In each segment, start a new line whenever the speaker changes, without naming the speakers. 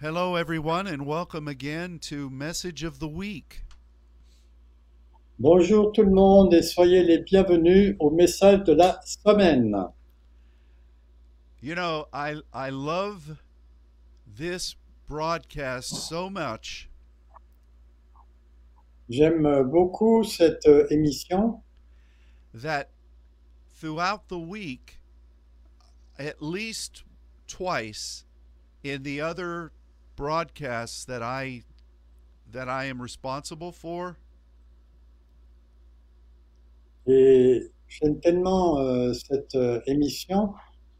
Hello, everyone, and welcome again to Message of the Week.
Bonjour tout le monde et soyez les bienvenus au message de la semaine.
You know, I, I love this broadcast so much
J'aime beaucoup cette euh, émission
that throughout the week, at least twice in the other broadcasts that I that I am responsible for,
et j'aime tellement euh, cette euh, émission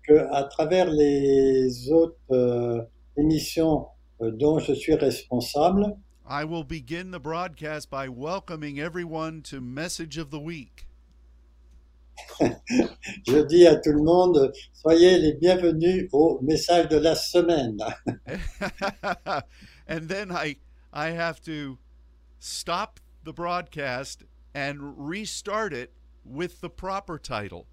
que à travers les autres euh, émissions euh, dont je suis responsable,
I will begin the broadcast by welcoming everyone to Message of the Week.
je dis à tout le monde soyez les bienvenus au message de la semaine.
and then I I have to stop the broadcast and restart it with the proper title.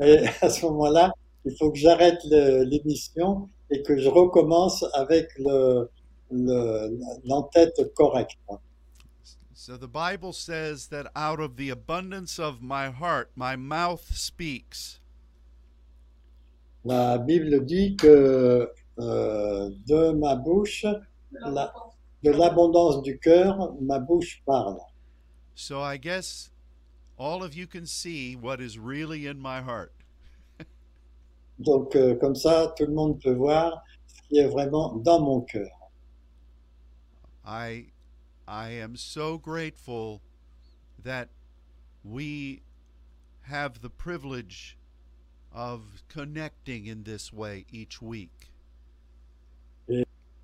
Et à ce moment-là, il faut que j'arrête le- l'émission et que je recommence avec le- le- l'entête correcte.
So the Bible says that out of the abundance of my heart my mouth speaks.
La Bible dit que euh, de ma bouche, la- de l'abondance du cœur, ma bouche parle.
So I guess all of you can see what is really in my heart.
Donc euh, comme ça, tout le monde peut voir ce qui est vraiment dans mon cœur.
I I am so grateful that we have the privilege of connecting in this way each week.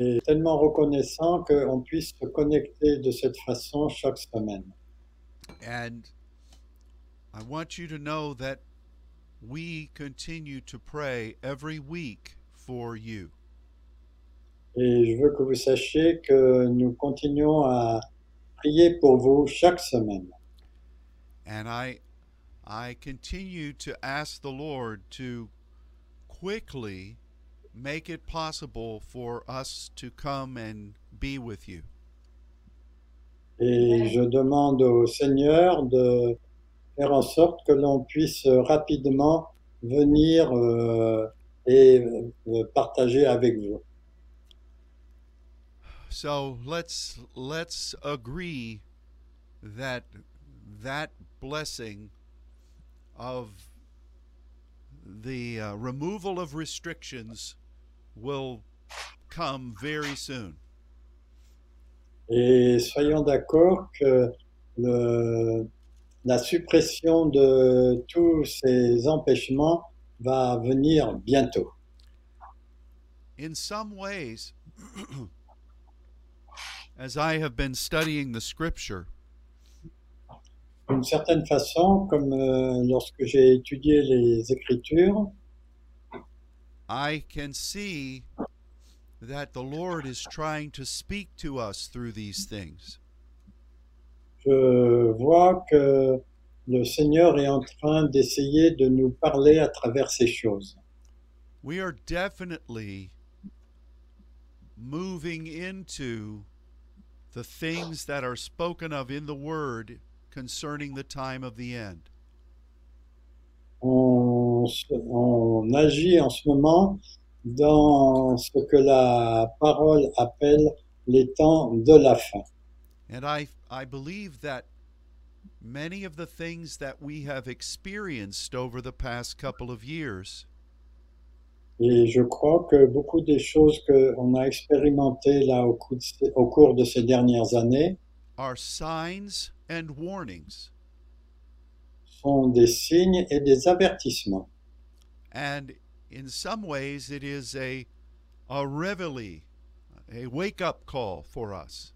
Et tellement reconnaissant qu'on puisse se connecter de cette façon chaque semaine.
And I want you to know that we continue to pray every week for you.
Et je veux que vous sachiez que nous continuons à prier pour vous chaque semaine.
And I I continue to ask the Lord to quickly make it possible for us to come and be with you.
Et je demande au Seigneur de faire en sorte que l'on puisse rapidement venir euh, et euh, partager avec vous.
So let's let's agree that that blessing of the uh, removal of restrictions will come very soon.
Et soyons d'accord que le- la suppression de tous ces empêchements va venir bientôt.
In some ways, as I have been studying the scripture,
D'une certaine façon, comme euh, lorsque j'ai étudié les Écritures,
I can see that the Lord is trying to speak to us through these things.
je vois que le Seigneur est en train d'essayer de nous parler à travers ces choses.
We are definitely moving into the things that are spoken of in the Word concerning the time of the end.
On, se- on agit en ce moment dans ce que la parole appelle les temps de la fin.
And I, I believe that many of the things that we have experienced over the past couple of years
Et je crois que beaucoup des choses qu'on a expérimentées là au, cou- au cours de ces dernières années
are signs and warnings.
sont des signes et des avertissements.
And in some ways, it is a, a reveille, a wake up call for us.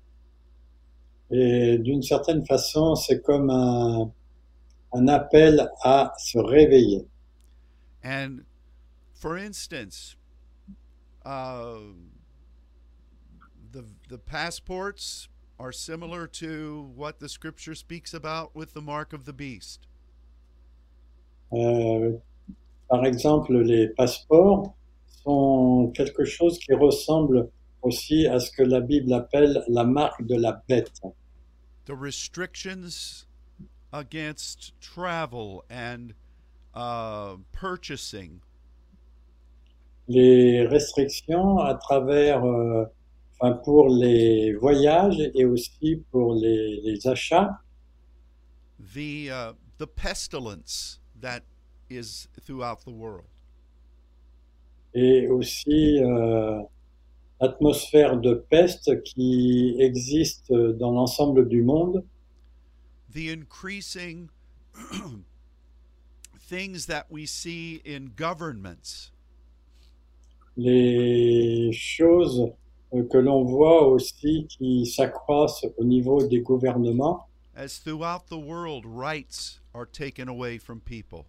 Et d'une certaine façon, c'est comme un, un appel à se réveiller.
And for instance, uh, the the passports are similar to what the scripture speaks about with the mark of the beast.
Euh, par exemple, les passeports sont quelque chose qui ressemble aussi à ce que la Bible appelle la marque de la bête.
The restrictions against travel and uh, purchasing
Les restrictions à travers, euh, enfin pour les voyages et aussi pour les, les achats,
the uh, the pestilence that is throughout the world.
et aussi euh, l'atmosphère de peste qui existe dans l'ensemble du monde,
the increasing things that we see in governments
les choses euh, que l'on voit aussi qui s'accroissent au niveau des gouvernements,
as throughout the world rights are taken away from people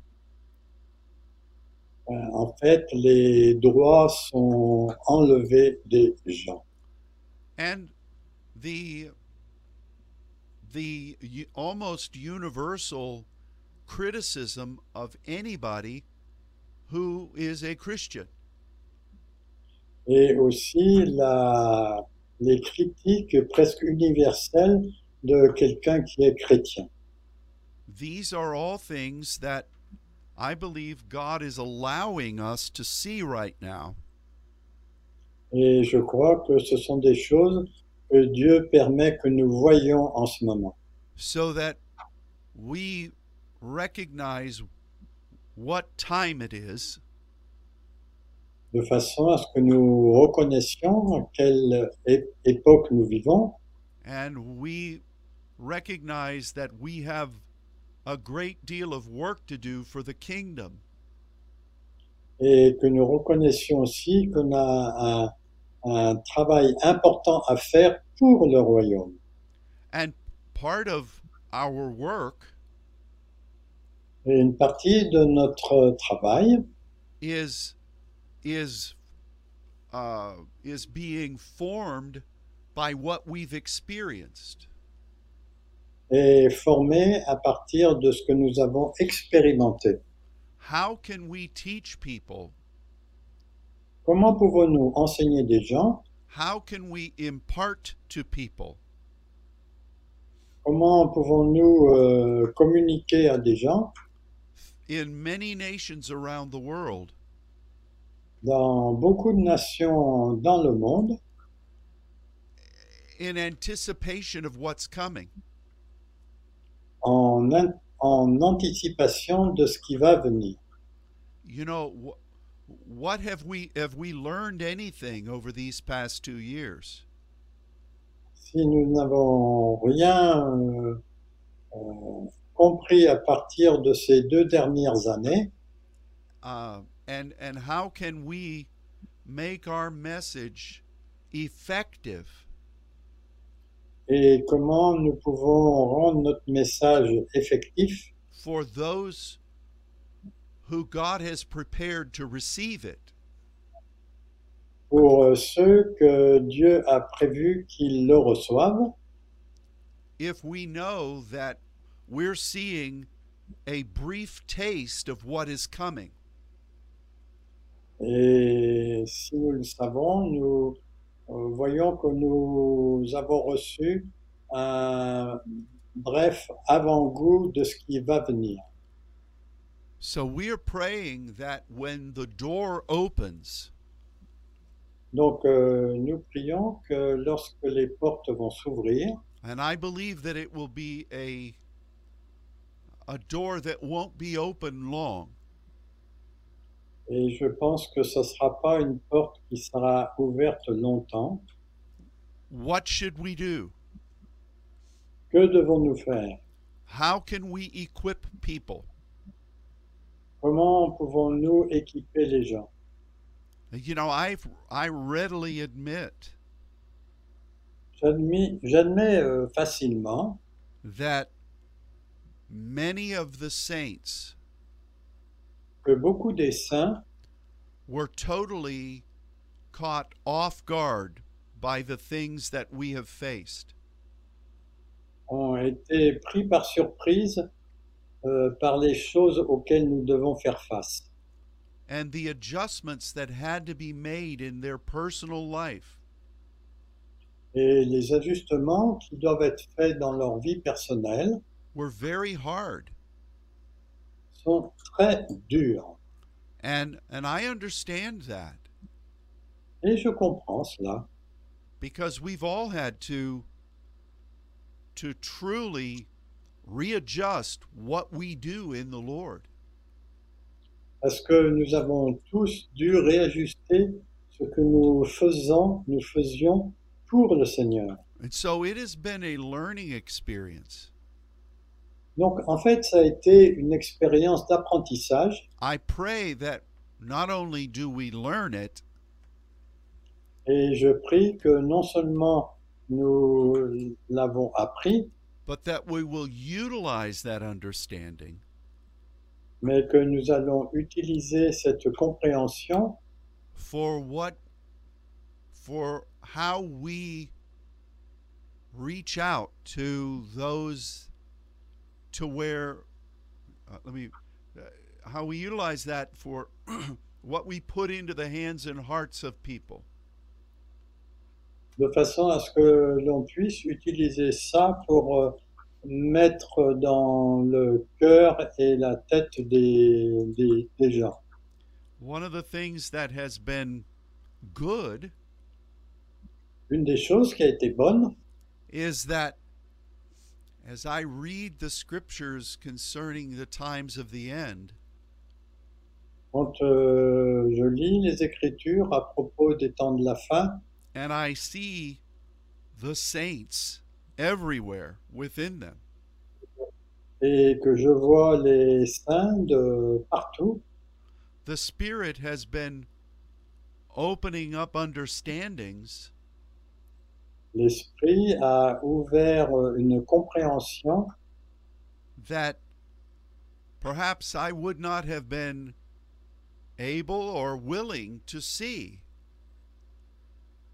euh, en fait, les droits sont enlevés des gens.
and the the u- almost universal criticism of anybody who is a Christian
Et aussi la, les critiques presque universelles de quelqu'un qui est chrétien.
these are all things that I believe God is allowing us to see right now
Et je crois que ce sont des choses que Dieu permet que nous voyons en ce moment.
so that we recognize what time it is
de façon à ce que nous reconnaissions à quelle é- époque nous vivons
and we recognize that we have a great deal of work to do for the kingdom.
et que nous reconnaissions aussi qu'on a un, un travail important à faire pour le royaume.
And part of our work
Et une partie de notre travail
is is uh, is being formed by what we've experienced.
est formé à partir de ce que nous avons expérimenté.
How can we teach people?
Comment pouvons-nous enseigner des gens
How can we impart to people?
Comment pouvons-nous euh, communiquer à des gens
In many nations around the world,
dans beaucoup de nations dans le monde
in anticipation of what's coming.
en, in- en anticipation de ce qui va venir.
you know wh- what have we have we learned anything over these past 2 years
Si nous n'avons rien euh, euh, compris à partir de ces deux dernières années,
uh, and and how can we make our message effective
et comment nous pouvons rendre notre message effectif
for those who God has prepared to receive it
pour euh, ceux que Dieu a prévu qu'ils le reçoivent,
if we know that we're seeing a brief taste of what is coming
et si nous le savons, nous euh, voyons que nous avons reçu un bref avant-goût de ce qui va venir.
so we're praying that when the door opens
Donc, euh, nous prions que lorsque les portes vont s'ouvrir,
And I believe that it will be a a door that won't be open long,
et je pense que ce ne sera pas une porte qui sera ouverte longtemps,
what should we do?
que devons-nous faire
How can we equip people?
Comment pouvons-nous équiper les gens
You know, I I readily admit
J'admis- J'admets euh, facilement
that many of the saints
que beaucoup des saints
were totally caught off guard by the things that we have faced.
ont été pris par surprise euh, par les choses auxquelles nous devons faire face.
and the adjustments that had to be made in their personal life.
Et les ajustements qui doivent être faits dans leur vie personnelle
were very hard.
sont très durs.
And and I understand that
Et je comprends cela,
because we've all had to to truly readjust what we do in the Lord.
parce que nous avons tous dû réajuster ce que nous faisons, nous faisions pour le Seigneur.
And so it has been a learning experience.
Donc en fait, ça a été une expérience d'apprentissage
I pray that not only do we learn it,
et je prie que non seulement nous l'avons appris,
but that we will utilize that understanding
mais que nous allons utiliser cette compréhension
for what for how we reach out to those to where uh, let me uh, how we utilize that for what we put into the hands and hearts of people
de façon à ce que l'on puisse utiliser ça pour euh, mettre dans le cœur et la tête des, des- des gens.
one of the things that has been good
Une des choses qui a été bonne,
is that as i read the scriptures concerning the times of the end
quand euh, je lis les Écritures à propos des temps de la fin,
and I see the saints everywhere within them.
et que je vois les saints de partout,
The Spirit has been opening up understandings
l'Esprit a ouvert euh, une compréhension
that perhaps I would not have been able or willing to see.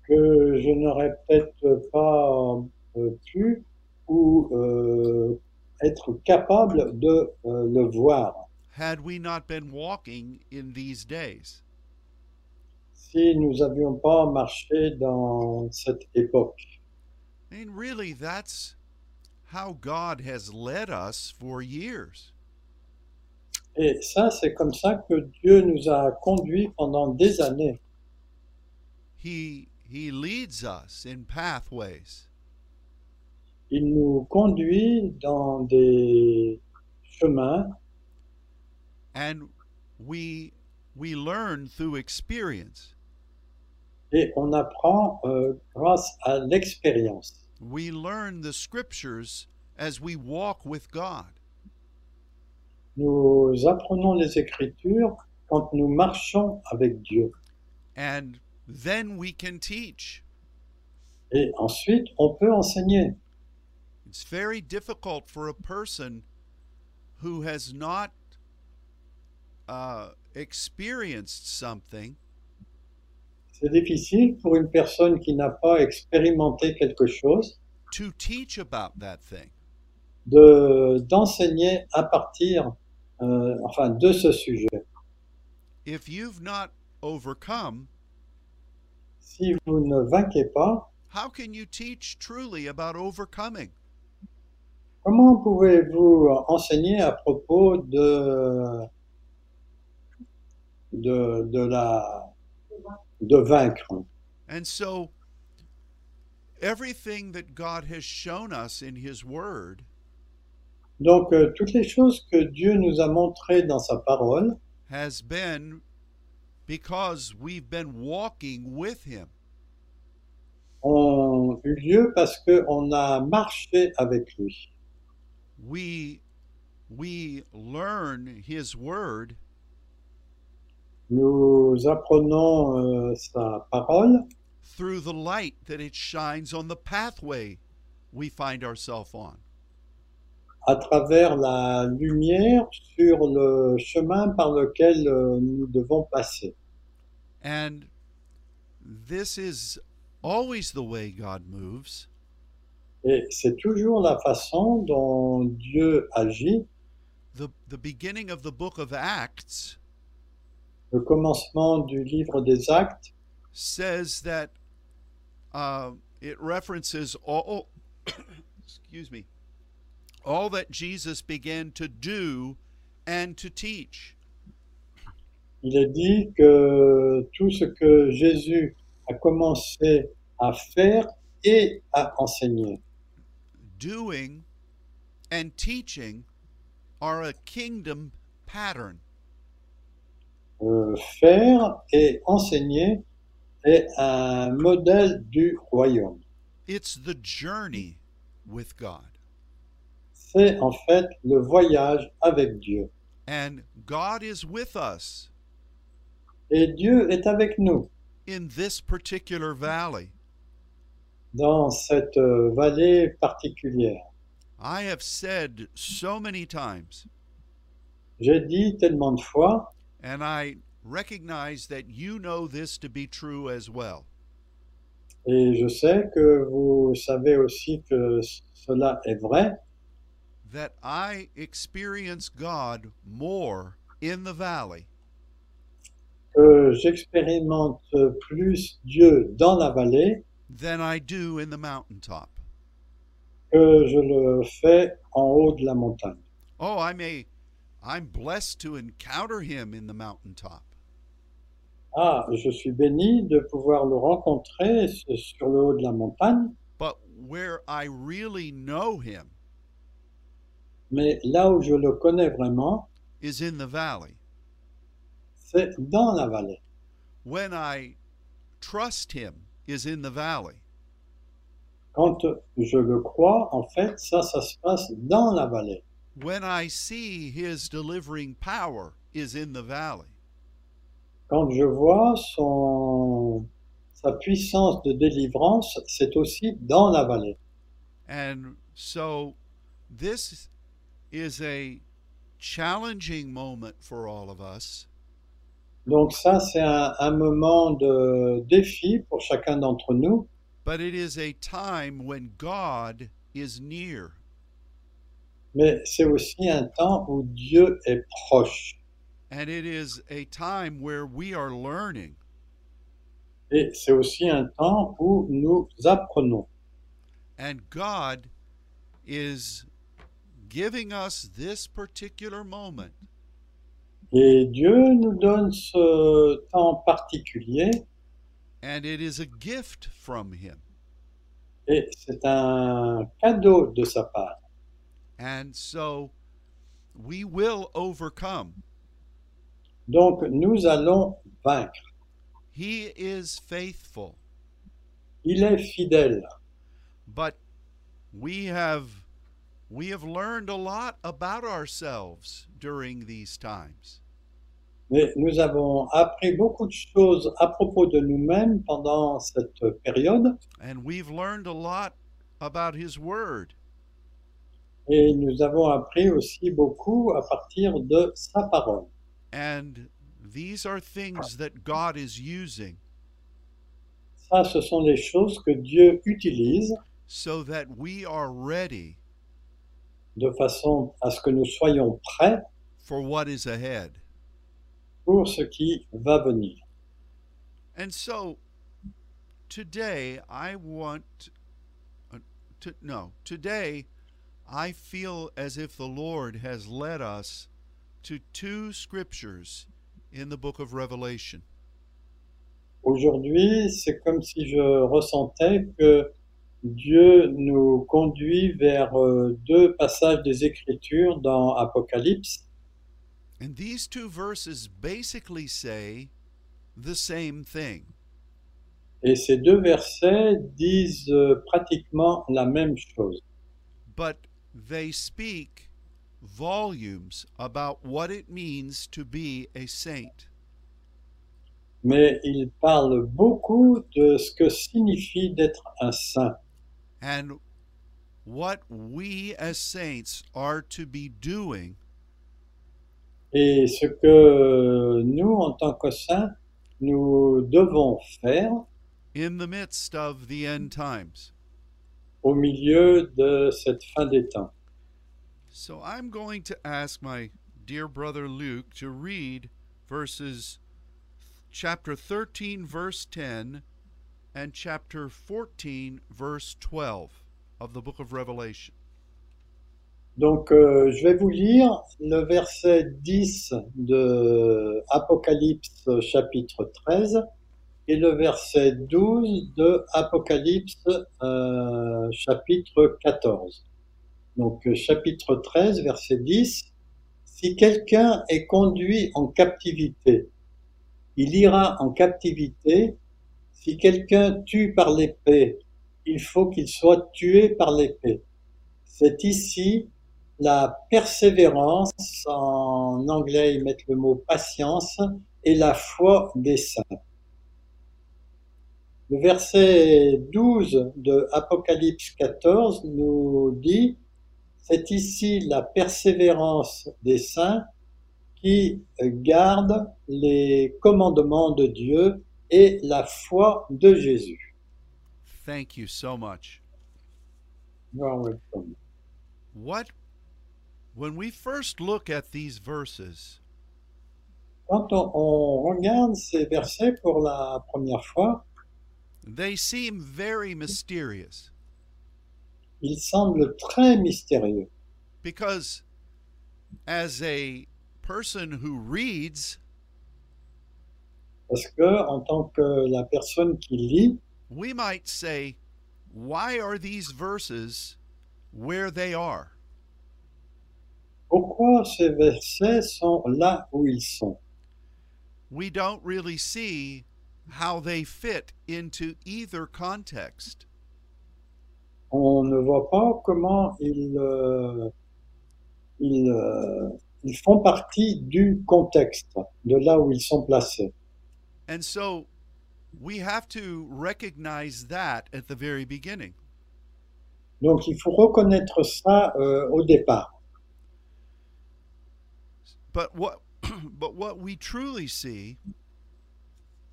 que je n'aurais peut-être pas euh, pu ou euh, être capable de euh, le voir
Had we not been walking in these days,
si nous n'avions pas marché dans cette époque.
I mean, really, that's how God has led us for years.
Et ça, c'est comme ça que Dieu nous a conduits pendant des années.
He He leads us in pathways.
Il nous conduit dans des chemins
and we we learn through experience
et on apprend euh, grâce à l'expérience.
we learn the scriptures as we walk with god
Nous apprenons les Écritures quand nous marchons avec Dieu.
and then we can teach
Et ensuite, on peut enseigner.
it's very difficult for a person who has not uh, experienced something
C'est difficile pour une personne qui n'a pas expérimenté quelque chose
to teach about that thing
de d'enseigner à partir, euh, enfin, de ce sujet.
if you've not overcome
Si vous ne vainquez pas,
how can you teach truly about overcoming
comment pouvez-vous enseigner à propos de de, de la de vaincre
And so, everything that God has shown us in His Word
Donc, euh, toutes les choses que Dieu nous a montrées dans sa parole,
has been because we've been walking with Him.
ont eu lieu parce qu'on a marché avec lui.
We we learn His Word
Nous apprenons euh, sa parole
through the light that it shines on the pathway we find ourselves on.
à travers la lumière sur le chemin par lequel euh, nous devons passer.
And this is always the way God moves.
Et c'est toujours la façon dont Dieu agit.
The the beginning of the book of Acts
le commencement du livre des actes
says that uh, it references all, excuse me, all that Jesus began to do and to teach.
il est dit que tout ce que Jésus a commencé à faire et à enseigner.
Doing and teaching are a kingdom pattern.
Euh, faire et enseigner est un modèle du royaume.
It's the journey with God.
C'est en fait le voyage avec Dieu.
And God is with us
Et Dieu est avec nous
in this particular valley.
dans cette euh, vallée particulière.
I have said so many times,
J'ai dit tellement de fois,
and I recognize that you know this to be true as well.
et je sais que vous savez aussi que c- cela est vrai,
that I experience God more in the valley
que j'expérimente plus Dieu dans la vallée
than I do in the mountaintop.
que je le fais en haut de la montagne.
Oh, I may I'm blessed to encounter him in the mountaintop.
Ah, je suis béni de pouvoir le rencontrer s- sur le haut de la montagne,
But where I really know him
mais là où je le connais vraiment,
is in the valley.
c'est dans la vallée.
When I trust him is in the valley.
Quand je le crois, en fait, ça, ça se passe dans la vallée.
When I see his delivering power is in the valley.
Quand je vois son, sa puissance de délivrance, c'est aussi dans la vallée.
And so this is a challenging moment for all of us
Donc ça, c'est un, un moment de défi pour chacun d'entre nous,
But it is a time when God is near.
mais c'est aussi un temps où Dieu est proche.
And it is a time where we are learning.
Et c'est aussi un temps où nous apprenons.
And God is giving us this particular moment
Et Dieu nous donne ce temps particulier
and it is a gift from him.
et c'est un cadeau de sa part.
And so we will overcome.
Donc nous allons vaincre.
He is faithful,
Il est fidèle.
but we have we have learned a lot about ourselves during these times.
Mais nous avons appris beaucoup de choses à propos de nous-mêmes pendant cette période
And we've learned a lot about His Word.
et nous avons appris aussi beaucoup à partir de sa parole.
And these are things that God is using
Ça, ce sont les choses que Dieu utilise
so that we are ready
de façon à ce que nous soyons prêts
for what is ahead.
pour ce qui va venir.
And so today I want uh, to, no, today I feel as if the Lord has led us to two scriptures in the book of Revelation.
Aujourd'hui, c'est comme si je ressentais que Dieu nous conduit vers euh, deux passages des Écritures dans Apocalypse.
And these two verses basically say the same thing.
Et ces deux versets disent euh, pratiquement la même chose.
but they speak volumes about what it means to be a saint.
Mais ils parlent beaucoup de ce que signifie d'être un saint
And what we as saints are to be doing
et ce que euh, nous, en tant que saints, nous devons faire
in the midst of the end times.
au milieu de cette fin des temps.
So I'm going to ask my dear brother Luke to read verses chapter 13, verse 10, and chapter 14, verse 12 of the book of Revelation.
Donc, euh, je vais vous lire le verset 10 de Apocalypse chapitre 13 et le verset 12 de Apocalypse euh, chapitre 14. Donc, euh, chapitre 13, verset 10. Si quelqu'un est conduit en captivité, il ira en captivité. Si quelqu'un tue par l'épée, il faut qu'il soit tué par l'épée. C'est ici la persévérance, en anglais ils mettent le mot patience, et la foi des saints. Le verset 12 de Apocalypse 14 nous dit, c'est ici la persévérance des saints qui garde les commandements de Dieu et la foi de Jésus.
Thank you so much.
You are welcome.
What When we first look at these verses,
Quand on, on regarde ces versets pour la première fois,
they seem very mysterious
ils semblent très mystérieux.
because as a person who reads,
Parce que, en tant que la personne qui lit,
we might say, why are these verses where they are?
pourquoi ces versets sont là où ils sont
We don't really see how they fit into either context.
On ne voit pas comment ils, euh, ils, euh, ils font partie du contexte, de là où ils sont placés.
And so we have to recognize that at the very beginning.
Donc il faut reconnaître ça euh, au départ.
But what but what we truly see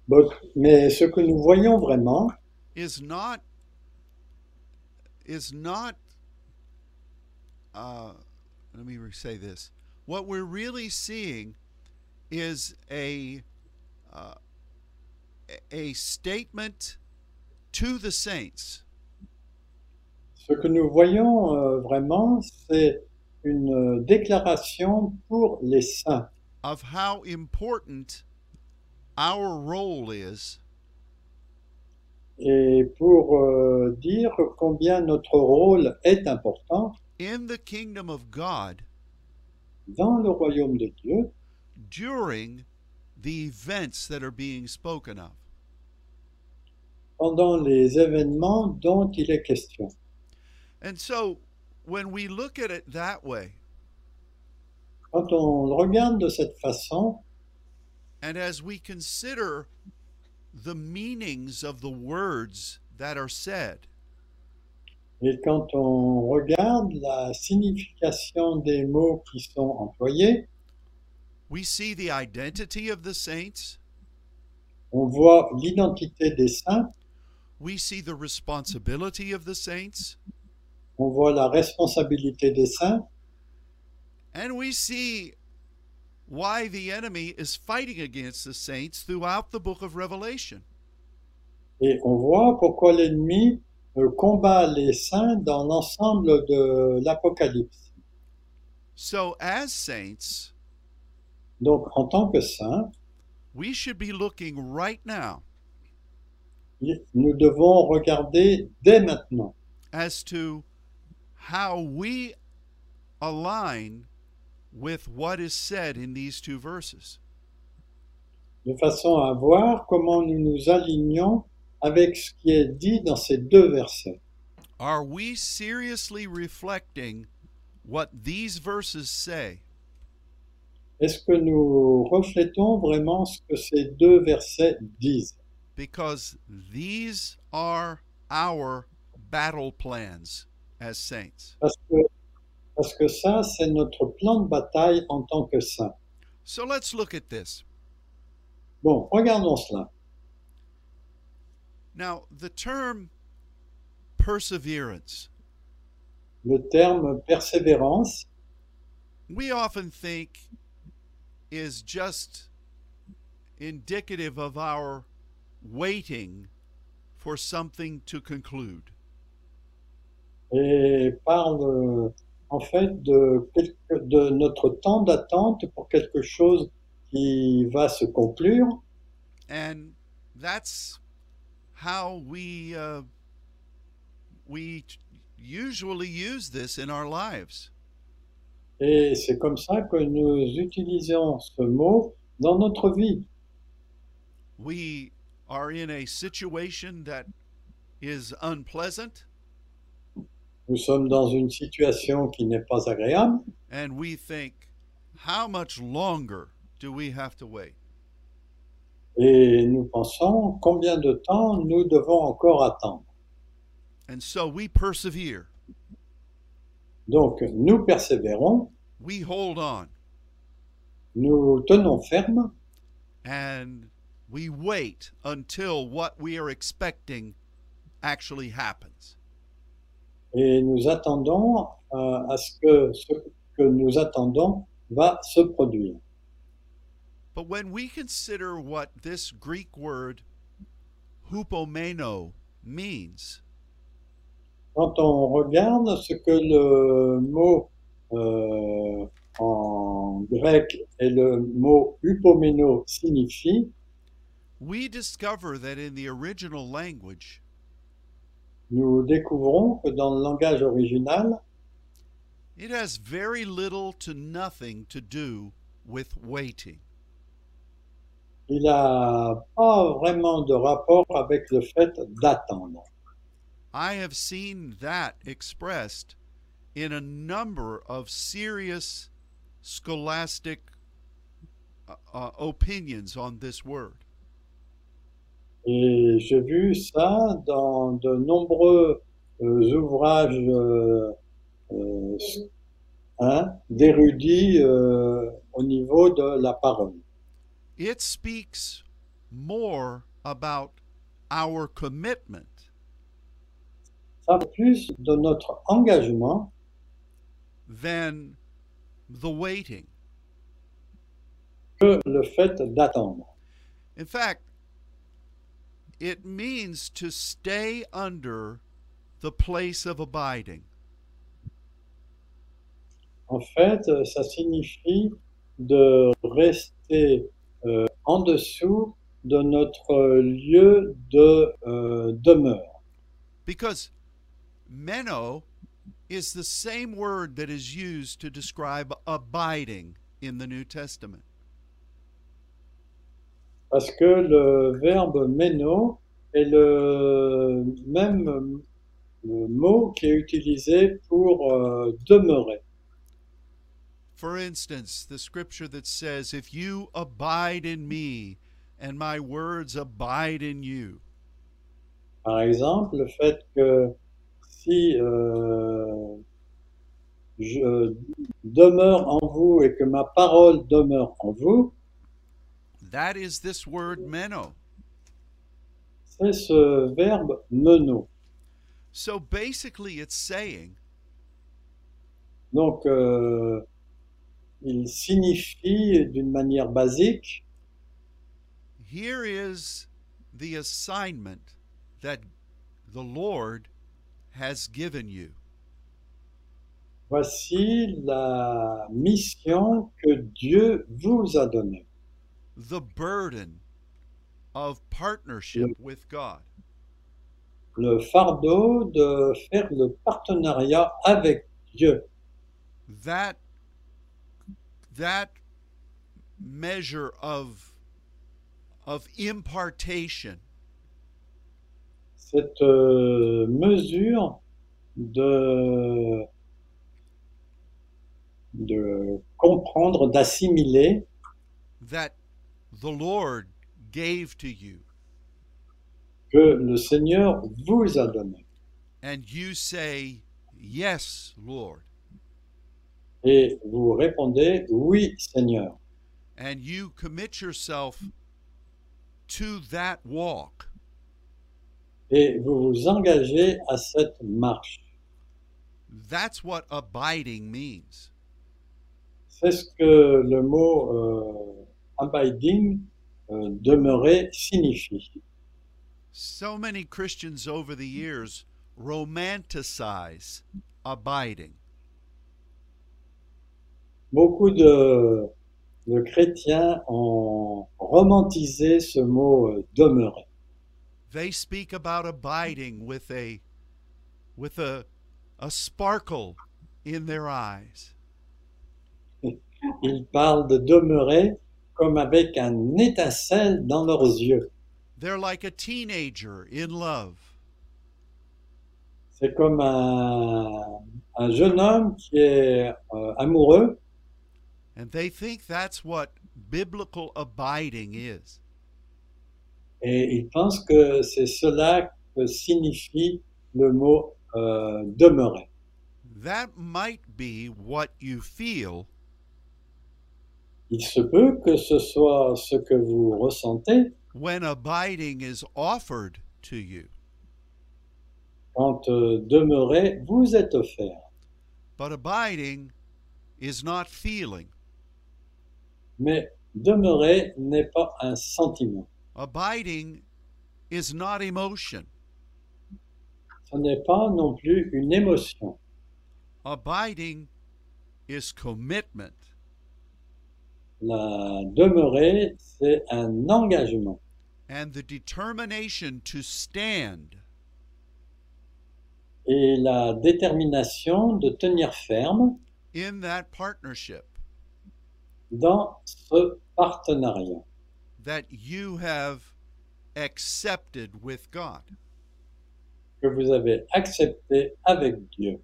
Donc, mais ce que nous voyons vraiment,
is not is not uh, let me re- say this what we're really seeing is a uh, a- a statement to the saints
Ce que nous voyons euh, vraiment, c'est une euh, déclaration pour les saints
of how important our role is
et pour euh, dire combien notre rôle est important
in the kingdom of God
dans le royaume de Dieu
during the events that are being spoken of.
pendant les événements dont il est question.
And so when we look at it that way,
Quand on le regarde de cette façon
And as we consider the meanings of the words that are said,
et quand on regarde la signification des mots qui sont employés,
we see the identity of the saints,
on voit l'identité des saints,
we see the responsibility of the saints,
on voit la responsabilité des saints
and we see why the enemy is fighting against the saints throughout the book of Revelation.
Et on voit pourquoi l'ennemi euh, combat les saints dans l'ensemble de l'Apocalypse.
So, as saints,
Donc, en tant que saints,
we should be looking right now
il- nous devons regarder dès maintenant
as to how we align with what is said in these two verses.
de façon à voir comment nous nous alignons avec ce qui est dit dans ces deux versets.
Are we seriously reflecting what these verses say?
Est-ce que nous reflétons vraiment ce que ces deux versets disent
Because these are our battle plans as saints.
Parce que, parce que ça, c'est notre plan de bataille en tant que saints.
So let's look at this.
Bon, regardons cela.
Now, the term perseverance,
Le terme persévérance
we often think is just indicative of our waiting for something to conclude.
et parle euh, en fait de, quelque- de notre temps d'attente pour quelque chose qui va se conclure.
And that's how we uh, we t- usually use this in our lives.
Et c'est comme ça que nous utilisons ce mot dans notre vie.
We are in a situation that is unpleasant
Nous sommes dans une situation qui n'est pas agréable
and we think how much longer do we have to wait?
et nous pensons combien de temps nous devons encore attendre.
And so we persevere.
Donc nous persévérons,
We hold on
nous tenons ferme
and we wait until what we are expecting actually happens.
et nous attendons euh, à ce que ce que nous attendons va se produire.
But when we consider what this Greek word hupomeno means,
quand on regarde ce que le mot euh, en grec et le mot upomeno signifie,
we discover that in the original language,
nous découvrons que dans le langage original,
it has very little to nothing to do with waiting.
il n'a pas vraiment de rapport avec le fait d'attendre.
I have seen that expressed in a number of serious scholastic uh, uh, opinions on this word.
Et j'ai vu ça dans de nombreux euh, ouvrages euh, euh, hein, d'érudits euh, au niveau de la parole.
It speaks more about our commitment
ça plus de notre engagement
than the waiting.
que le fait d'attendre.
In fact, it means to stay under the place of abiding.
En fait, euh, ça signifie de rester euh, en dessous de notre euh, lieu de euh, demeure.
Because meno is the same word that is used to describe abiding in the New Testament.
Parce que le verbe meno est le même euh, le mot qui est utilisé pour euh, demeurer.
For instance, the scripture that says, If you abide in me and my words abide in you,
Par exemple, le fait que si euh, je euh, demeure en vous et que ma parole demeure en vous,
that is this word meno.
c'est ce verbe meno.
So basically, it's saying,
Donc, euh, il signifie d'une manière basique,
Here is the assignment that the Lord has given you.
voici la mission que Dieu vous a donnée,
The burden of partnership with God.
le fardeau de faire le partenariat avec Dieu.
That that measure of of impartation
cette euh, mesure de, de comprendre, d'assimiler
that the Lord gave to you
que le Seigneur vous a donné.
and you say yes Lord
Et vous répondez, oui Seigneur.
and you commit yourself to that walk
Et vous vous engagez à cette marche.
That's what abiding means.
C'est ce que le mot euh, abiding euh, demeurer signifie.
So many Christians over the years romanticize abiding.
Beaucoup de, de chrétiens ont romantisé ce mot euh, demeurer.
They speak about abiding with a with a a sparkle in their eyes.
Ils parlent de demeurer comme avec un étincelle dans leurs yeux.
They're like a teenager in love.
C'est comme un, un jeune homme qui est euh, amoureux
And they think that's what biblical abiding is.
et il pense que c'est cela que signifie le mot euh, demeurer.
That might be what you feel,
Il se peut que ce soit ce que vous ressentez
when abiding is offered to you.
quand euh, demeurer vous est offert.
But abiding is not feeling.
Mais demeurer n'est pas un sentiment.
Abiding is not emotion.
Ce n'est pas non plus une émotion.
Abiding is commitment.
La demeurer, c'est un engagement
And the determination to stand
et la détermination de tenir ferme
in that partnership
dans ce partenariat
that you have accepted with God.
que vous avez accepté avec Dieu.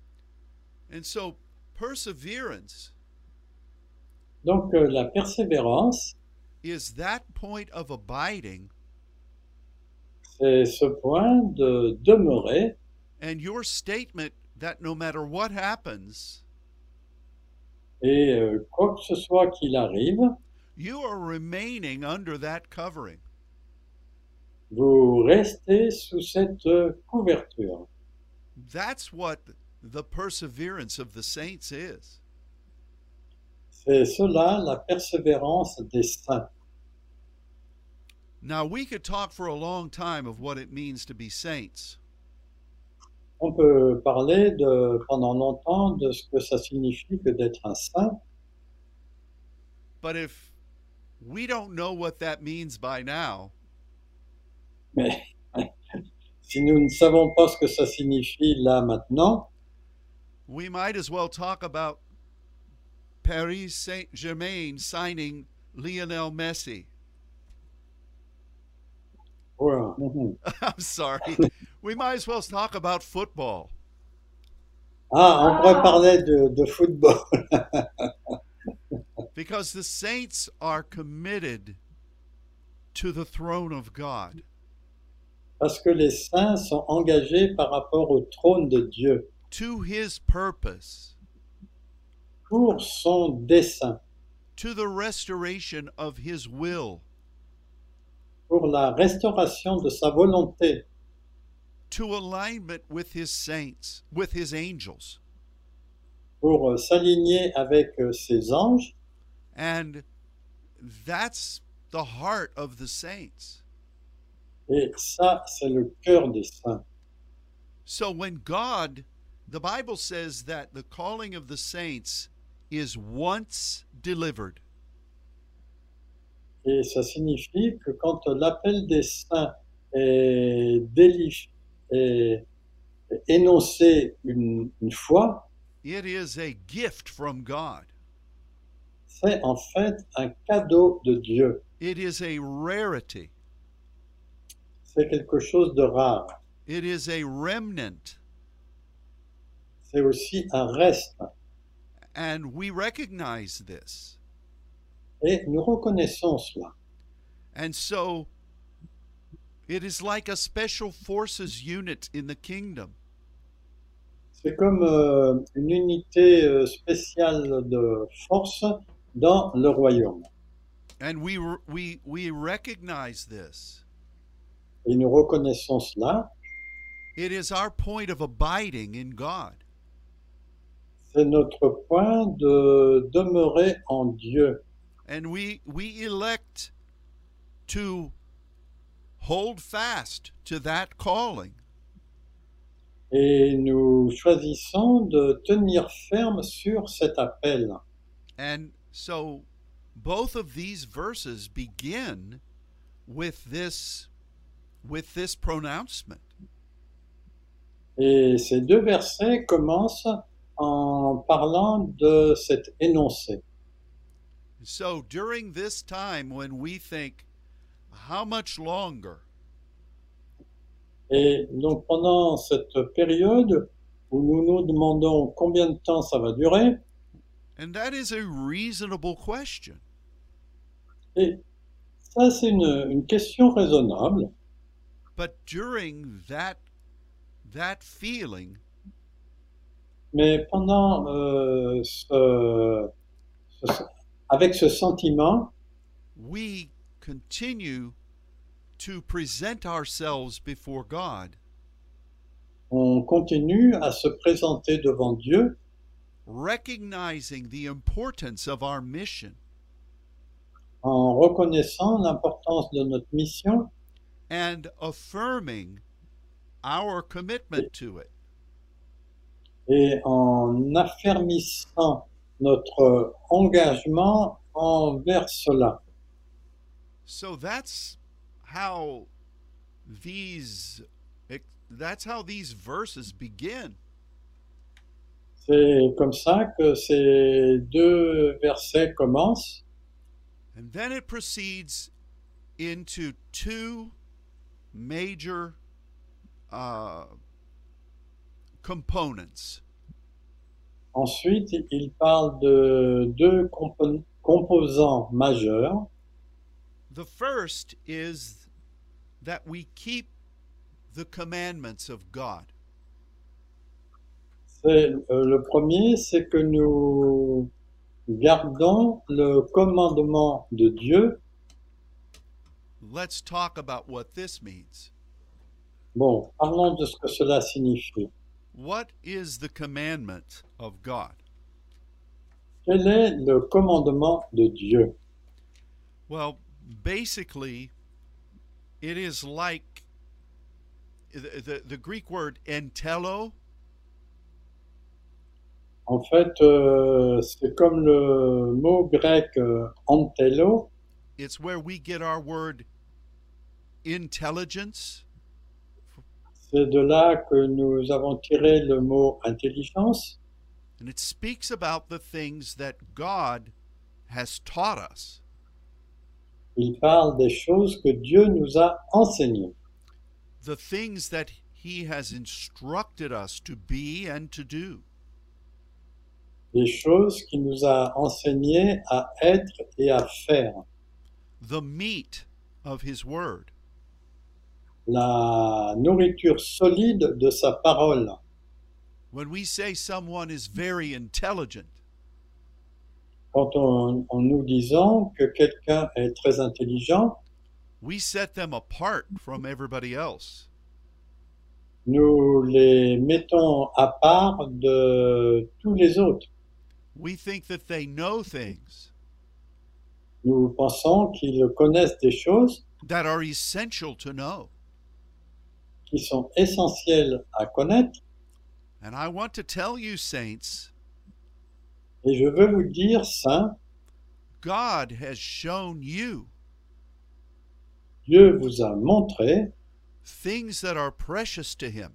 And so perseverance
Donc euh, la persévérance,
is that point of abiding
c'est ce point de demeurer
and your statement that no matter what happens,
et euh, quoi que ce soit qu'il arrive,
you are remaining under that covering.
vous restez sous cette couverture.
That's what the perseverance of the saints is.
C'est cela la persévérance des saints.
Now, we could talk for a long time of what it means to be saints,
On peut parler de, pendant longtemps de ce que ça signifie que d'être un saint,
but if we don't know what that means by now,
mais si nous ne savons pas ce que ça signifie là maintenant,
we might as well talk about Paris Saint Germain signing Lionel Messi.
voilà. Mhm.
I'm sorry. we might as well talk about football.
ah, on pourrait parler de, de football,
Because the saints are committed to the throne of God.
parce que les saints sont engagés par rapport au trône de Dieu
to his purpose,
pour son dessein,
to the restoration of his will,
pour la restauration de sa volonté,
to alignment with his saints, with his angels,
pour euh, s'aligner avec euh, ses anges.
and that's the heart of the saints.
Et ça, c'est le cœur des saints.
So when God, the Bible says that the calling of the saints is once delivered.
Et ça signifie que quand l'appel des saints est, délif- est est énoncé une, une fois,
It is a gift from God.
c'est en fait un cadeau de Dieu.
It is a rarity.
C'est quelque chose de rare.
It is a remnant.
C'est aussi un reste.
And we recognize this.
Et nous reconnaissons cela.
And so it is like a special forces unit in the kingdom.
C'est comme euh, une unité euh, spéciale de force dans le royaume.
And we we we recognize this.
Et nous reconnaissons cela.
It is our point of abiding in God.
C'est notre point de demeurer en Dieu.
And we we elect to hold fast to that calling.
Et nous choisissons de tenir ferme sur cet appel.
And so both of these verses begin with this with this pronouncement.
Et ces deux versets commencent en parlant de cet énoncé.
So during this time when we think how much longer
Et donc pendant cette période où nous nous demandons combien de temps ça va durer,
and that is a reasonable question.
et ça c'est une, une question raisonnable,
But during that that feeling
mais pendant euh, ce- ce- avec ce sentiment,
we continue to present ourselves before God,
on continue à se présenter devant Dieu,
recognizing the importance of our mission
en reconnaissant l'importance de notre mission
and affirming our commitment to it.
et en affermissant notre engagement envers cela.
So that's how these that's how these verses begin.
C'est comme ça que ces deux versets commencent
And then it proceeds into two major uh, components.
Ensuite, il parle de deux compon- composants majeurs.
The first is that we keep the commandments of God.
C'est- euh, le premier, c'est que nous gardons le commandement de Dieu.
Let's talk about what this means.
Bon, parlons de ce que cela signifie.
What is the commandment of God?
Quel est le commandement de Dieu
Well, basically, it is like the, the, the Greek word entelo,
En fait, euh, c'est comme le mot grec euh, antelo,
it's where we get our word intelligence.
c'est de là que nous avons tiré le mot intelligence.
And it speaks about the things that God has taught us.
Il parle des choses que Dieu nous a enseignées,
the things that he has instructed us to be and to do.
des choses qu'il nous a enseignées à être et à faire,
The meat of his word.
la nourriture solide de sa parole.
When we say someone is very intelligent,
Quand on, en nous disant que quelqu'un est très intelligent,
we set them apart from everybody else.
nous les mettons à part de tous les autres.
We think that they know things
Nous pensons qu'ils connaissent des choses
that are essential to know.
qui sont essentielles à connaître.
And I want to tell you, saints,
Et je veux vous dire, saints,
God has shown you
Dieu vous a montré
things that are precious to him,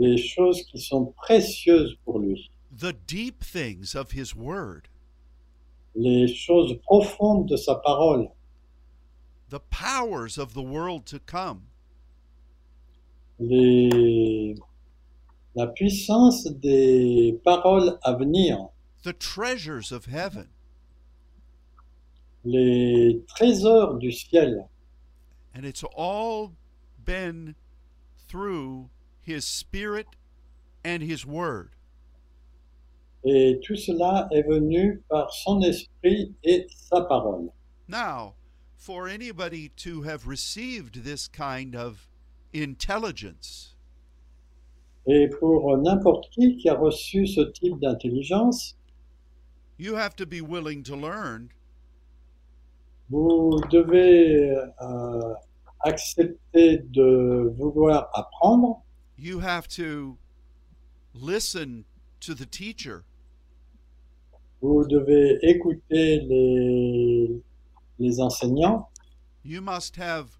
des choses qui sont précieuses pour lui,
the deep things of his word,
les choses profondes de sa parole,
the powers of the world to come.
les... la puissance des paroles à venir,
the treasures of heaven.
les trésors du ciel.
And it's all been through his spirit and his word.
Et tout cela est venu par son esprit et sa parole.
Now, for anybody to have received this kind of intelligence,
Et pour n'importe qui qui a reçu ce type d'intelligence,
you have to be willing to learn
Vous devez euh, accepter de vouloir apprendre.
You have to listen to the teacher.
Vous devez écouter les, les enseignants.
You must have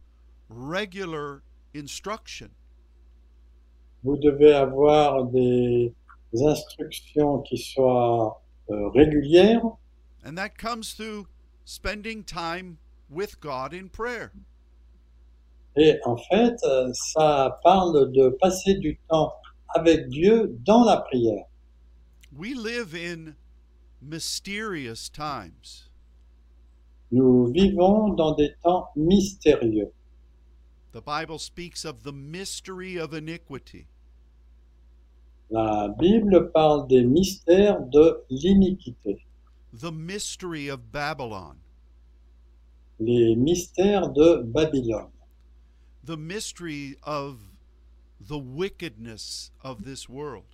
regular instruction.
Vous devez avoir des instructions qui soient euh, régulières.
And that comes through spending time with God in prayer.
Et en fait, euh, ça parle de passer du temps avec Dieu dans la prière.
We live in mysterious times.
Nous vivons dans des temps mystérieux.
The Bible speaks of the mystery of iniquity.
La Bible parle des mystères de l'iniquité,
the mystery of Babylon,
les mystères de Babylone,
the mystery of the wickedness of this world.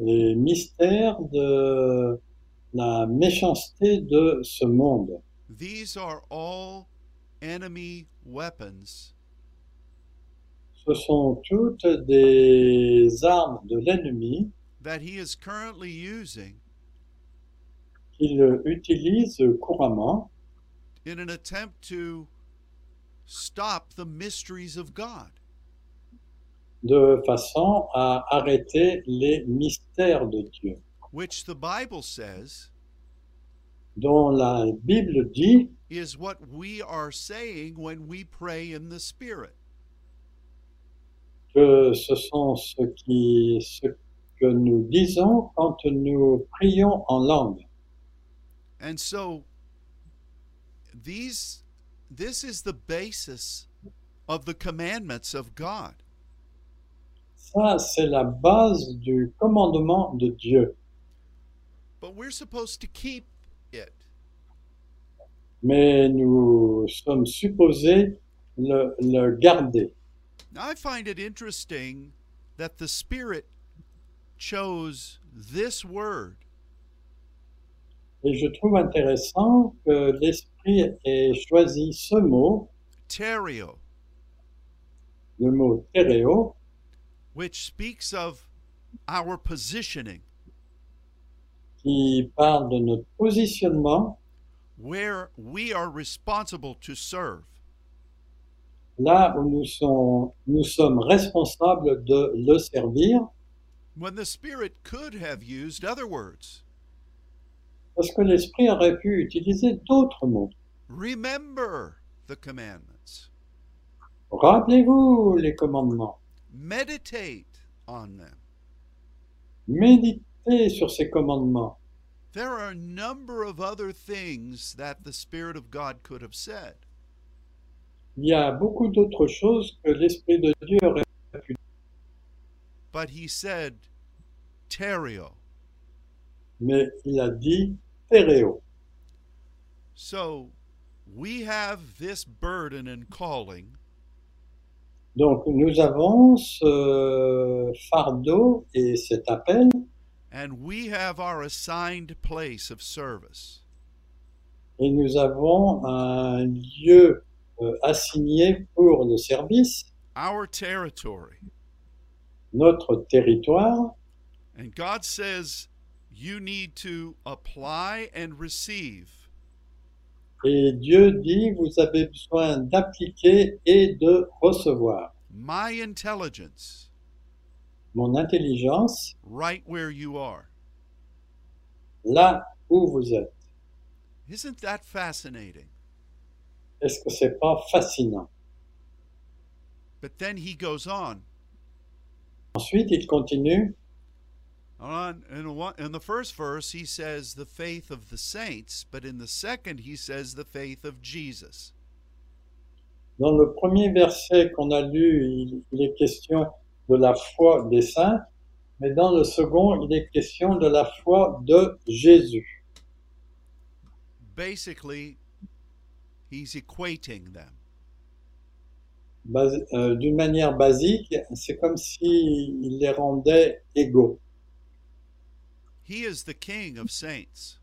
les mystères de la méchanceté de ce monde.
These are all enemy weapons
Ce sont toutes des armes de l'ennemi
that he is currently using
qu'il utilise couramment
in an attempt to stop the mysteries of God.
de façon à arrêter les mystères de Dieu,
which the Bible says
dont la Bible dit
is what we are saying when we pray in the Spirit.
que ce sont ce, qui, ce que nous disons quand nous prions en langue.
And so these this is the basis of the commandments of God.
Ça, c'est la base du commandement de Dieu.
But we're supposed to keep it.
Mais nous sommes supposés le, le garder.
Now I find it interesting that the Spirit chose this word
Et je trouve intéressant que l'Esprit ait choisi ce mot,
terio,
le mot téréo,
which speaks of our positioning,
qui parle de notre positionnement
where we are responsible to serve.
là où nous, sont- nous sommes responsables de le servir,
When the Spirit could have used other words.
parce que l'Esprit aurait pu utiliser d'autres mots.
Remember the commandments,
Rappelez-vous les commandements,
meditate on them.
méditez sur ces commandements.
There are a number of other things that the Spirit of God could have said.
Il y a beaucoup d'autres choses que l'Esprit de Dieu aurait pu dire,
But he said, Terio.
mais il a dit téréo.
So we have this burden and calling
Donc nous avons ce fardeau et cet appel,
and we have our assigned place of service.
et nous avons un lieu euh, assigné pour le service,
Our territory.
notre territoire,
And God says you need to apply and receive
Et Dieu dit, vous avez besoin d'appliquer et de recevoir
my intelligence
mon intelligence
right where you are.
là où vous êtes.
Isn't that fascinating?
Est-ce que c'est pas fascinant
But then he goes on.
Ensuite, il continue.
On in, one, in the first verse, he says the faith of the saints, but in the second, he says the faith of Jesus.
Dans le premier verset qu'on a lu, il, il est question de la foi des saints, mais dans le second, il est question de la foi de Jésus.
Basically, he's equating them.
Bas- euh, D'une manière basique, c'est comme s'il les rendait égaux.
He is the king of saints.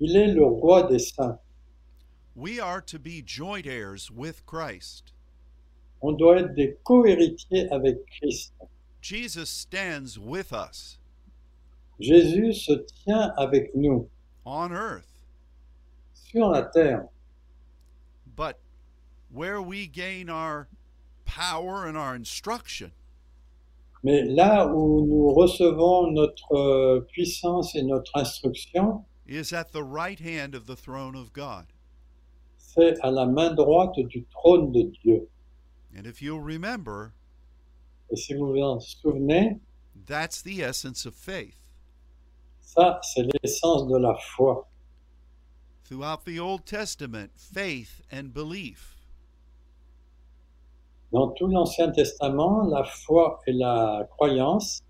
Il est le roi des saints.
We are to be joint heirs with Christ.
On doit être des co-héritiers avec Christ.
Jesus stands with us
Jésus se tient avec nous
on earth,
sur la terre.
but where we gain our power and our instruction
Mais là où nous recevons notre euh, puissance et notre instruction,
is at the right hand of the throne of God.
c'est à la main droite du trône de Dieu.
And if you'll remember,
Et si vous vous en souvenez,
that's the essence of faith.
ça, c'est l'essence de la foi.
Throughout the Old Testament, faith and belief
Dans tout l'Ancien Testament, la foi et la croyance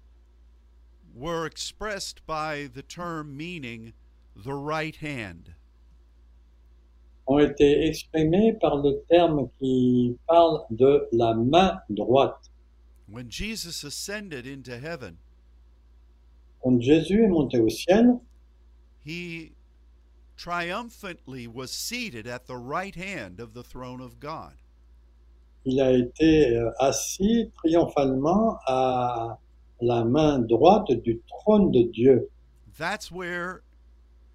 were expressed by the term meaning the right hand.
ont été exprimées par le terme qui parle de la main droite.
When Jesus ascended into heaven,
Quand Jésus est monté au ciel,
he triumphantly was seated at the right hand of the throne of God.
il a été euh, assis triomphalement à la main droite du trône de Dieu.
That's where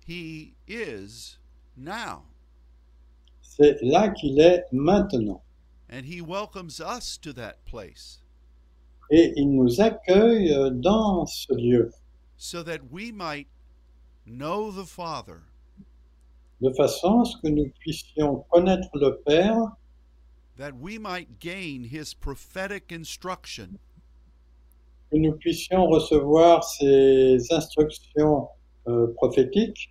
he is now.
C'est là qu'il est maintenant.
And he welcomes us to that place
Et il nous accueille euh, dans ce lieu,
so that we might know the Father
de façon à ce que nous puissions connaître le Père,
that we might gain his prophetic instruction
que nous puissions recevoir ses instructions euh, prophétiques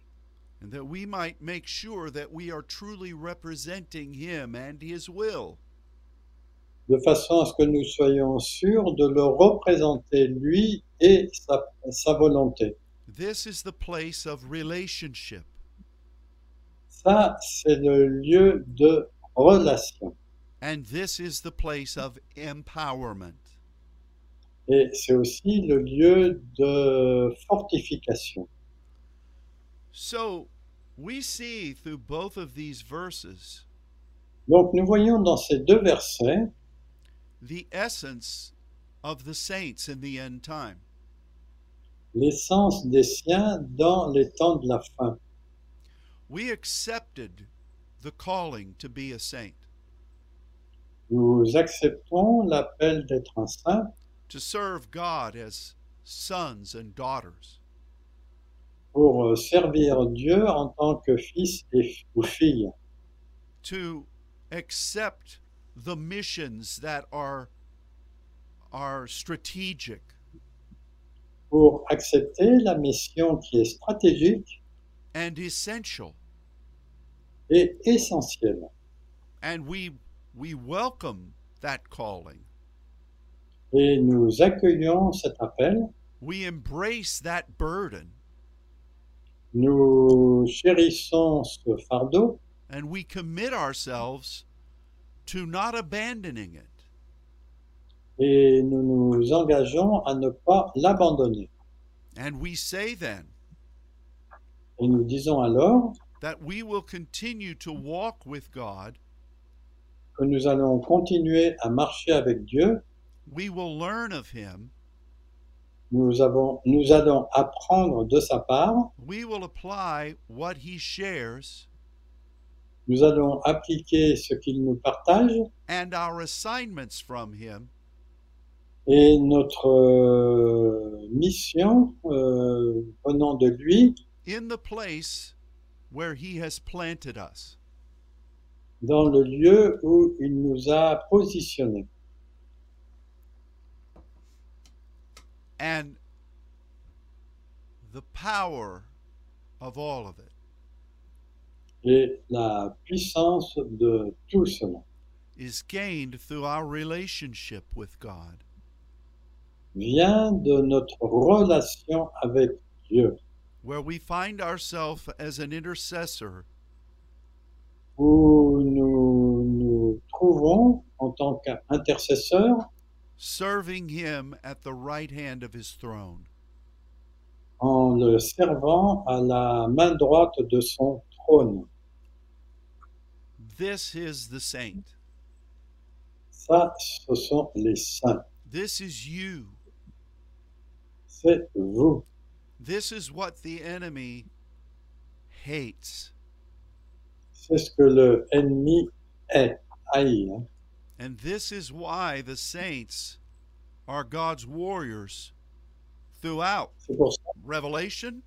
and that we might make sure that we are truly representing him and his will.
de façon à ce que nous soyons sûrs de le représenter lui et sa, sa volonté.
This is the place of relationship.
Ça, c'est le lieu de relation.
And this is the place of empowerment.
Et c'est aussi le lieu de fortification.
So we see through both of these verses
Donc nous voyons dans ces deux versets
the essence of the saints in the end time.
l'essence des siens dans les temps de la fin.
We accepted the calling to be a saint,
Nous acceptons l'appel d'être un saint
to serve God as sons and daughters.
pour euh, servir Dieu en tant que fils et, ou fille,
to accept the missions that are are strategic
pour accepter la mission qui est stratégique
and essential
et essentielle.
and we we welcome that calling
Et nous accueillons cet appel,
we embrace that burden
nous chérissons ce fardeau
and we commit ourselves to not abandoning it
et nous nous engageons à ne pas l'abandonner.
and we say then
Et nous disons alors
that we will continue to walk with God
que nous allons continuer à marcher avec Dieu,
we will learn of him
nous, avons, nous allons apprendre de sa part,
we will apply what he shares
nous allons appliquer ce qu'il nous partage
and our assignments from him
et notre euh, mission euh, venant de lui
in the place where he has planted us.
dans le lieu où il nous a positionnés.
And the power of all of it
Et la puissance de tout cela
is gained through our relationship with God.
vient de notre relation avec Dieu,
Where we find ourselves as an intercessor
où nous nous trouvons en tant qu'intercesseurs
serving Him at the right hand of His throne.
en le servant à la main droite de son trône.
This is the saint.
Ça, ce sont les saints.
This is you.
C'est vous.
This is what the enemy hates.
C'est ce que le ennemi est, haït. hein.
And this is why the saints are God's warriors throughout
C'est pour ça.
Revelation,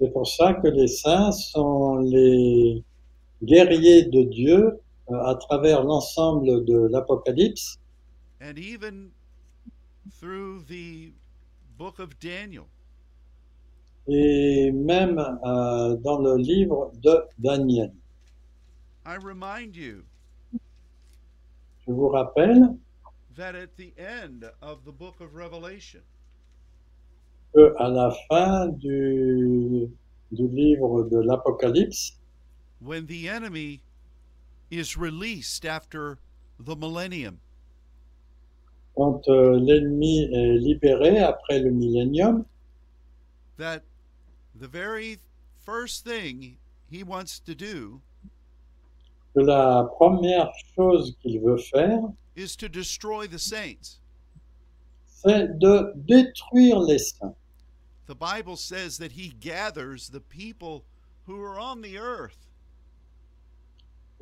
C'est pour ça que les saints sont les guerriers de Dieu euh, à travers l'ensemble de l'Apocalypse
and even through the book of Daniel.
et même euh, dans le livre de Daniel.
I remind you
Je vous rappelle
that at the end of the book of Revelation,
que à la fin du, du livre de l'Apocalypse,
when the enemy is released after the millennium,
quand euh, l'ennemi est libéré après le millénium,
that the very first thing he wants to do
que la première chose qu'il veut faire,
is to destroy the saints.
c'est de détruire les saints.
The Bible says that he gathers the people who are on the earth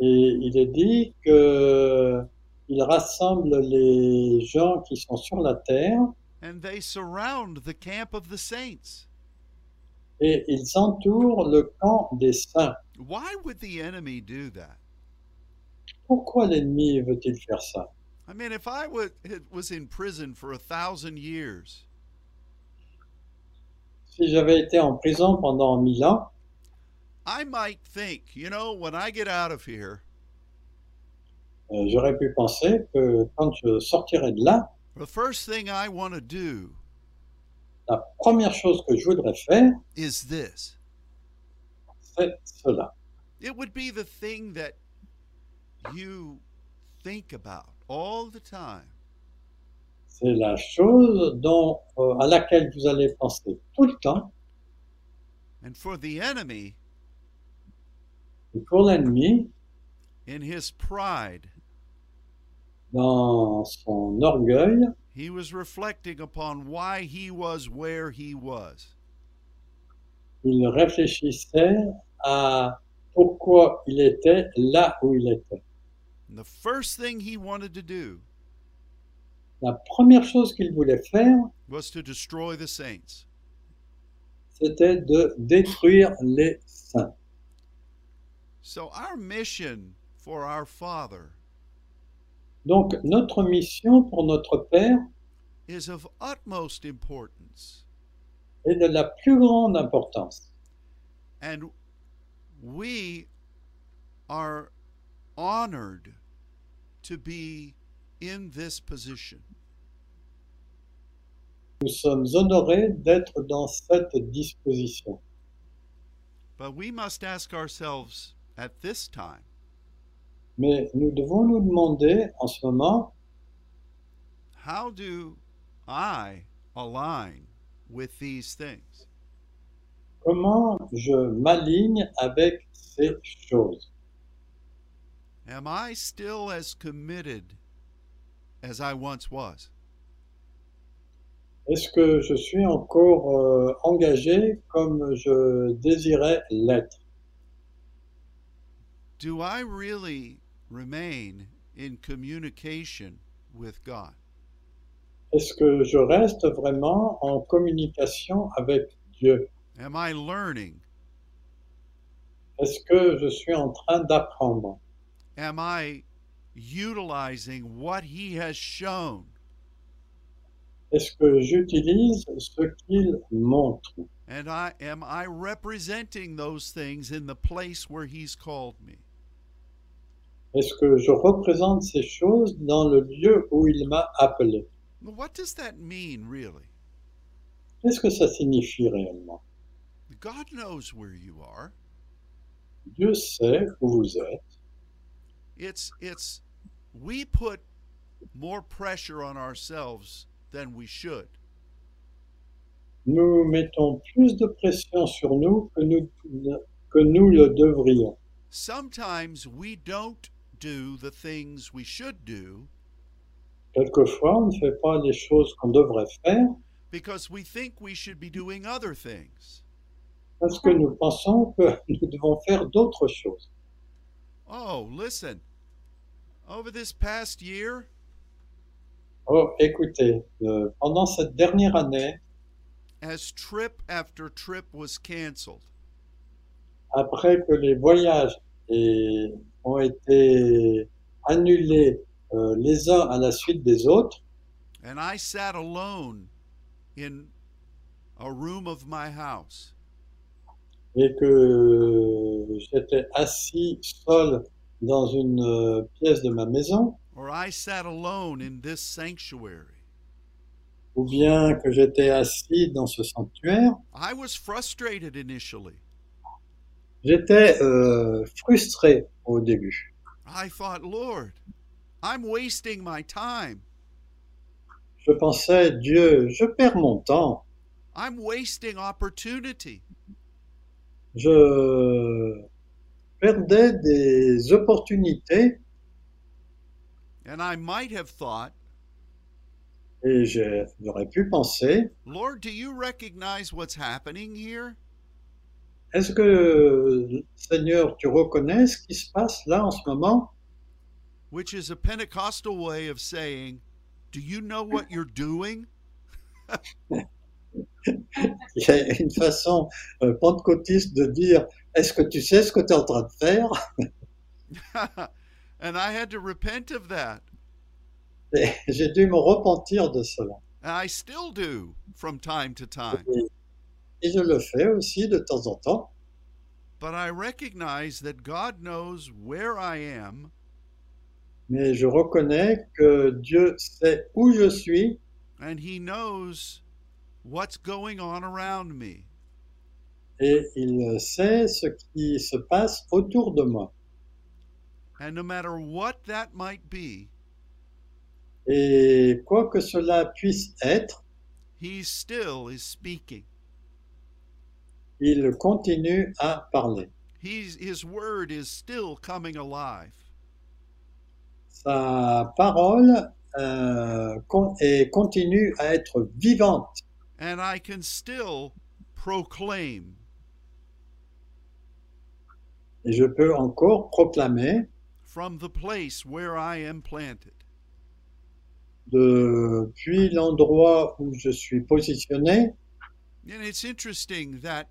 Et il est dit que il rassemble les gens qui sont sur la terre
and they surround the camp of the saints.
et ils entourent le camp des saints.
Why would the enemy do that?
Pourquoi l'ennemi veut-il faire ça
I mean, if I would, it was in prison for a thousand years,
Si j'avais été en prison pendant mille ans,
I might think, you know, when I get out of here,
euh, j'aurais pu penser que quand je sortirais de là,
the first thing I want to do
la première chose que je voudrais faire,
is this.
c'est cela.
It would be the thing that you think about all the time.
C'est la chose dont, euh, à laquelle vous allez penser tout le temps.
And for the enemy,
Et pour l'ennemi,
in his pride,
dans son orgueil,
he was reflecting upon why he was where he was.
il réfléchissait à pourquoi il était là où il était.
And the first thing he wanted to do
La première chose qu'il voulait faire,
was to destroy the saints.
c'était de détruire les saints.
So, our mission for our Father
Donc notre mission pour notre Père
is of utmost importance.
est de la plus grande importance.
And we are honored to be in this position.
Nous sommes honorés d'être dans cette disposition.
But we must ask ourselves at this time
Mais nous devons nous demander en ce moment
how do I align with these things?
comment je m'aligne avec ces choses.
Am I still as committed as I once was?
Est-ce que je suis encore euh, engagé comme je désirais l'être
Do I really remain in communication with God?
Est-ce que je reste vraiment en communication avec Dieu
Am I learning?
Est-ce que je suis en train d'apprendre
Am I utilizing what He has shown?
Est-ce que j'utilise ce qu'il montre
And I am I representing those things in the place where He's called me?
Est-ce que je représente ces choses dans le lieu où il m'a appelé
What does that mean, really?
Qu'est-ce que ça signifie réellement
God knows where you are.
Dieu sait où vous êtes.
It's it's we put more pressure on ourselves than we should.
Nous mettons plus de pression sur nous que nous, que nous le devrions.
sometimes we don't do the things we should do
Quelquefois, on ne fait pas les choses qu'on devrait faire
because we think we should be doing other things.
parce que nous pensons que nous devons faire d'autres choses.
Oh, listen. Over this past year,
Oh, écoutez, euh, pendant cette dernière année,
as trip after trip was canceled,
après que les voyages et- ont été annulés euh, les uns à la suite des autres,
and I sat alone in a room of my house,
et que j'étais assis seul dans une euh, pièce de ma maison,
or I sat alone in this sanctuary,
ou bien que j'étais assis dans ce sanctuaire,
I was frustrated initially.
j'étais euh, frustré au début.
I thought, Lord, I'm wasting my time.
Je pensais, Dieu, je perds mon temps.
I'm wasting opportunity.
je perdais des opportunités
And I might have thought,
et j'ai- j'aurais pu penser,
Lord, do you recognize what's happening here?
est-ce que Seigneur, tu reconnais ce qui se passe là en ce moment
Which is a Pentecostal way of saying, Do you know what you're doing?
Il y a une façon euh, pentecôtiste de dire, est-ce que tu sais ce que tu es en train de faire
and I had to repent of that.
Et J'ai dû me repentir de cela.
And I still do from time to time.
Et je le fais aussi de temps en temps,
But I recognize that God knows where I am
mais je reconnais que Dieu sait où je suis
and He knows what's going on around me.
et il sait ce qui se passe autour de moi.
And no matter what that might be,
Et quoi que cela puisse être,
He still is speaking.
il continue à parler.
He's, his word is still coming alive.
Sa parole euh, con- et continue à être vivante
And I can still proclaim
et je peux encore proclamer
from the place where I am planted.
depuis l'endroit où je suis positionné.
And it's interesting that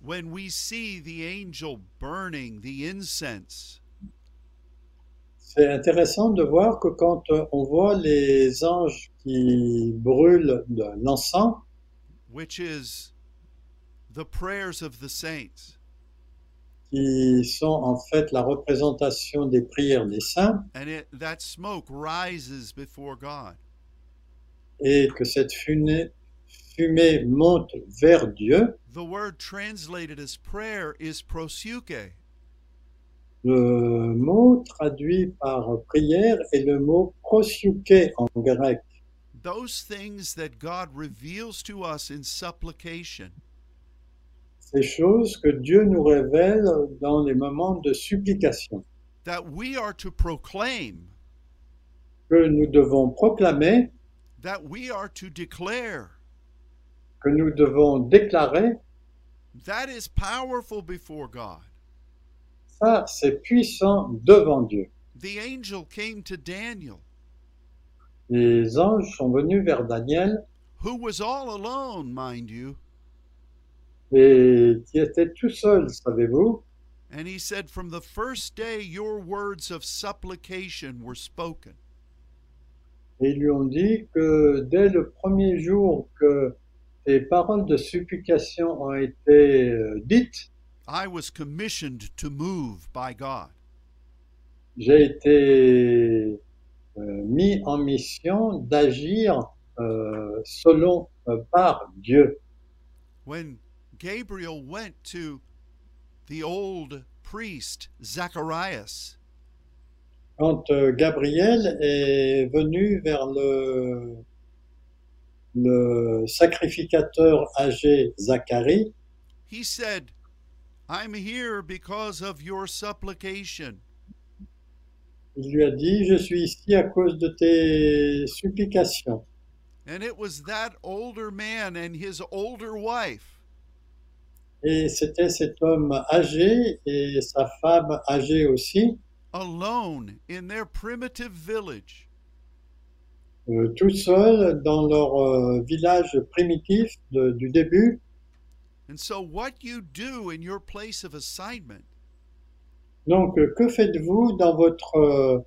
when we see the angel burning the incense,
C'est intéressant de voir que quand euh, on voit les anges qui brûlent de l'encens,
which is the prayers of the saints,
qui sont en fait la représentation des prières des saints,
and it, that smoke rises before God,
et que cette fumée, fumée monte vers Dieu,
the word translated as prayer is prosuke,
Le mot traduit par prière est le mot prosyuke en grec.
those things that God reveals to us in supplication.
Ces choses que Dieu nous révèle dans les moments de supplication,
that we are to proclaim,
que nous devons proclamer,
that we are to declare.
que nous devons déclarer.
That is powerful before God.
Ça, c'est puissant devant Dieu.
The angel came to Daniel,
Les anges sont venus vers Daniel
who was all alone, mind you,
et qui était tout seul, savez-vous.
and he said, From the first day your words of supplication were spoken.
Et ils lui ont dit que dès le premier jour que les paroles de supplication ont été euh, dites,
I was commissioned to move by God.
j'ai été euh, mis en mission d'agir euh, selon euh, par Dieu.
When Gabriel went to the old priest, Zacharias,
Quand euh, Gabriel est venu vers le, le sacrificateur âgé Zacharie,
he said, I'm here because of your supplication.
Il lui a dit, je suis ici à cause de tes supplications.
And it was that older man and his older wife
Et c'était cet homme âgé et sa femme âgée aussi,
alone in their primitive village
euh, tout seuls dans leur euh, village primitif de- du début.
And so, what you do in your place of assignment
Donc, euh, que faites-vous dans votre euh,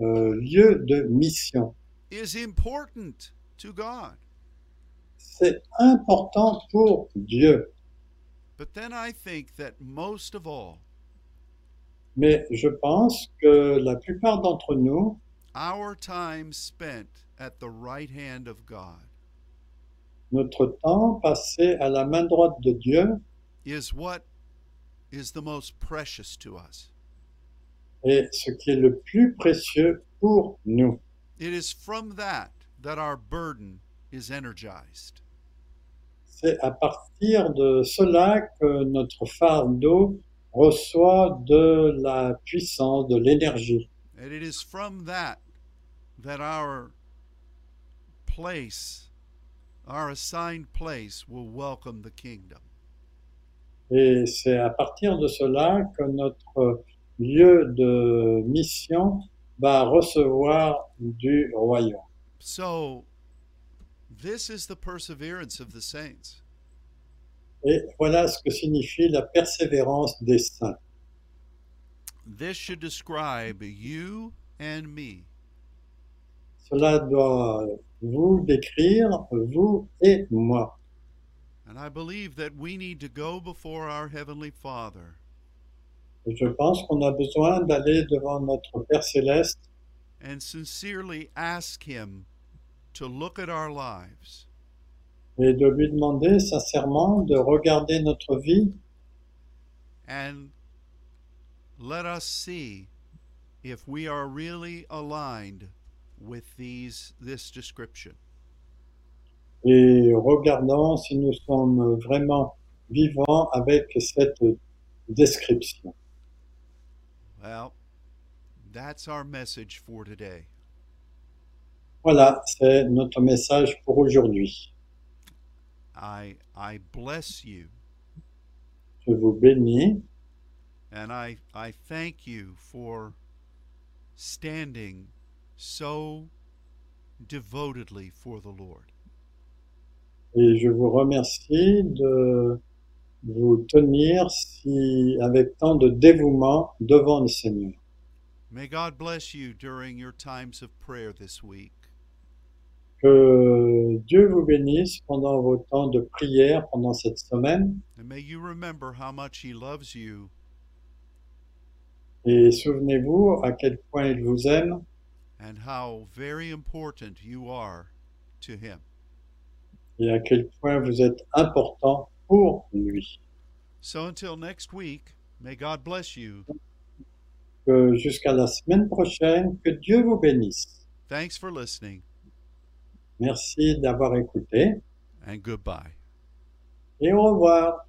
euh, lieu de mission
is important to God.
C'est important pour Dieu.
But then I think that most of all,
Mais je pense que la plupart d'entre nous,
our time spent at the right hand of God
notre temps passé à la main droite de Dieu
is what is the most precious to us.
est ce qui est le plus précieux pour nous.
It is from that that our burden is energized.
C'est à partir de cela que notre fardeau reçoit de la puissance, de l'énergie.
And it is from that that our place, our assigned place, will welcome the kingdom.
Et c'est à partir de cela que notre lieu de mission va recevoir du royaume.
So, this is the perseverance of the saints.
Et voilà ce que signifie la persévérance des saints.
This should describe you and me.
Cela doit vous décrire, vous et moi.
And I believe that we need to go before our Heavenly Father
Et Je pense qu'on a besoin d'aller devant notre Père céleste
and sincerely ask Him to look at our lives
et de lui demander sincèrement de regarder notre vie
and let us see if we are really aligned with these this description.
et regardant si nous sommes vraiment vivants avec cette description.
Well, that's our message for today.
Voilà, c'est notre message pour aujourd'hui.
I I bless you
Je vous bénis
And I, I thank you for standing so devotedly for the Lord.
et je vous remercie de vous tenir si, avec tant de dévouement devant le Seigneur.
May God bless you during your times of prayer this week.
Que Dieu vous bénisse pendant vos temps de prière pendant cette semaine
And may you remember how much He loves you
et souvenez-vous à quel point il vous aime
and how very important you are to Him.
et à quel point vous êtes important pour lui.
So until next week, may God bless you.
Que Jusqu'à la semaine prochaine, que Dieu vous bénisse.
Thanks for listening
Merci d'avoir écouté
and goodbye.
et au revoir.